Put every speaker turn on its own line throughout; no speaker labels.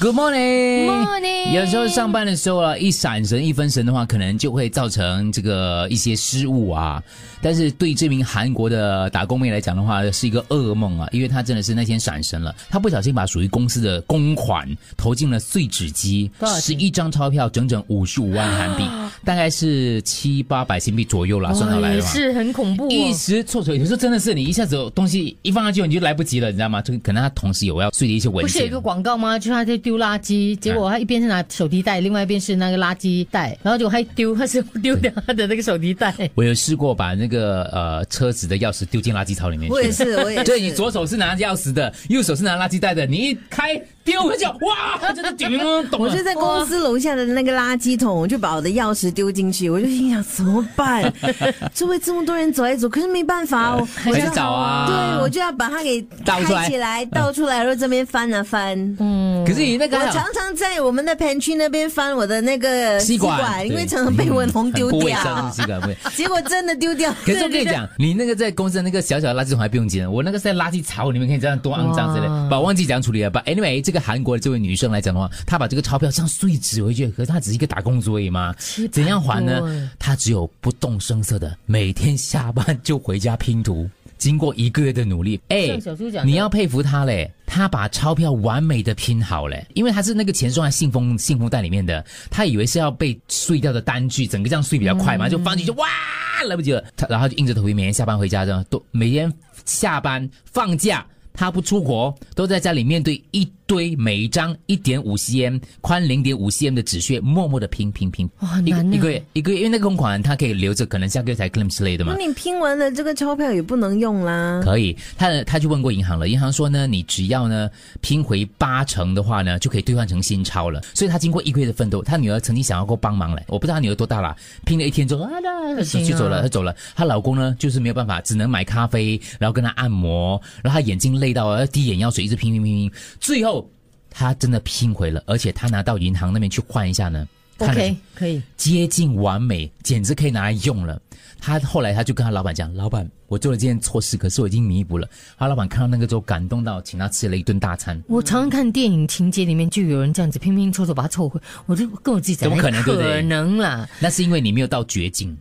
Good morning，,
Morning
有时候上班的时候啊，一闪神、一分神的话，可能就会造成这个一些失误啊。但是对这名韩国的打工妹来讲的话，是一个噩梦啊，因为她真的是那天闪神了，她不小心把属于公司的公款投进了碎纸机
多少，
十
钱啊
一张钞票，整整五十五万韩币，大概是七八百新币左右啦，算下啊来
也
的话。
是很恐怖、
一
哦。
时措手，有时候真的是你一下子东西一放上去你就来不及了，你知道吗？就可能他同时有要碎的一些文
不是有
件
一个。广告吗？就是他在丢垃圾，结果他一边是拿手提袋，另外一边是那个垃圾袋，然后就还丢，他是丢掉他的那个手提 袋。
我有试过把那个呃车子的钥匙丢进垃圾槽里面
我 也
去。
是，我也是。
对你左手是拿钥匙的，右手是拿垃圾袋的，你一开丢回去，哇， 真的顶懂
我
了
就。在公司楼下的那个垃圾桶，我就把我的钥匙丢进去，我就心想怎么 办？周围这么多人走来走，可是没办法，哦我
还是找啊
对，我就要把它给
倒出来嗯
开起来，倒出来，然后这边翻啊翻。
嗯
可是你那个
我常常在我们的 pantry 那边翻我的那个
吸管对
因为常常被文红丢
很不卫
掉
生，吸管不卫
结果真的丢掉。
可 是我跟你讲，你那个在公司的那个小小的垃圾桶还不用紧，我那个是在垃圾槽里面，看你这样多肮脏之类
哇
的，把我忘记怎样处理了。把 anyway，这个韩国的这位女生来讲的话，她把这个钞票像碎纸回去，可是她只是一个打工族而已嘛
700，
怎样还
多哎
呢？她只有不动声色的，每天下班就回家拼图。经过一个月的努力，哎
像小猪讲的
你要佩服她嘞，她把钞票完美的拼好嘞，因为她是那个钱是放在信封信封袋里面的，她以为是要被碎掉的单据，整个这样碎比较
嗯
快嘛，就放进去哇，来不及了，她然后就硬着头皮每天下班回家这样，都每天下班放假。她不出国，都在家里面对一堆每一张一点五 cm 宽零点五 cm 的纸屑，默默的拼拼拼。
哇很
一个
难呢
一个月一个月，因为那个公款她可以留着，可能下个月才 claim 之类的嘛
那。你拼完了这个钞票也不能用啦。
可以，他他去问过银行了，银行说呢，你只要呢拼回八成的话呢，就可以兑换成新钞了。所以他经过一个月的奋斗，他女儿曾经想要过帮忙嘞，我不知道他女儿多大啦，拼了一天之后啊，那
行啊
就走了，她走了。她老公呢，就是没有办法，只能买咖啡，然后跟她按摩，然后她眼睛累到了，要滴眼药水，一直拼拼拼拼，最后她真的拼回了，而且她拿到银行那边去换一下呢。看了
OK，可以。
接近完美，简直可以拿来用了。他后来他就跟他老板讲：“老板，我做了这件错事，可是我已经弥补了。”他老板看到那个之后感动到，请他吃了一顿大餐。
嗯
我常常看电影情节里面就有人这样子拼拼凑凑把它凑回，我就跟我自己
怎
讲，
么可能
哎
对不对
可能啦，
那是因为你没有到绝境。
哦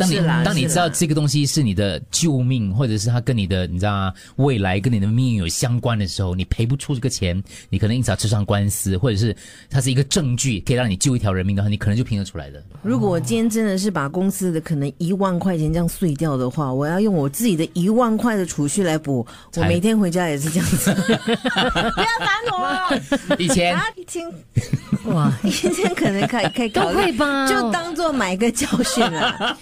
当你
是啦
当你
是
知道
啦
这个东西是你的救命，或者是它跟你的你知道吗未来跟你的命运有相关的时候，你赔不出这个钱，你可能因此要吃上官司，或者是它是一个证据可以让你救一条人命的话，你可能就拼得出来的。
如果我今天真的是把公司的可能一万块钱这样碎掉的话，我要用我自己的一万块的储蓄来补。我
才
每天回家也是这样子，不要烦我
以前
啊！一 天
哇，
一天可能可以可以
都
考虑
会吧
就当做买个教训啦。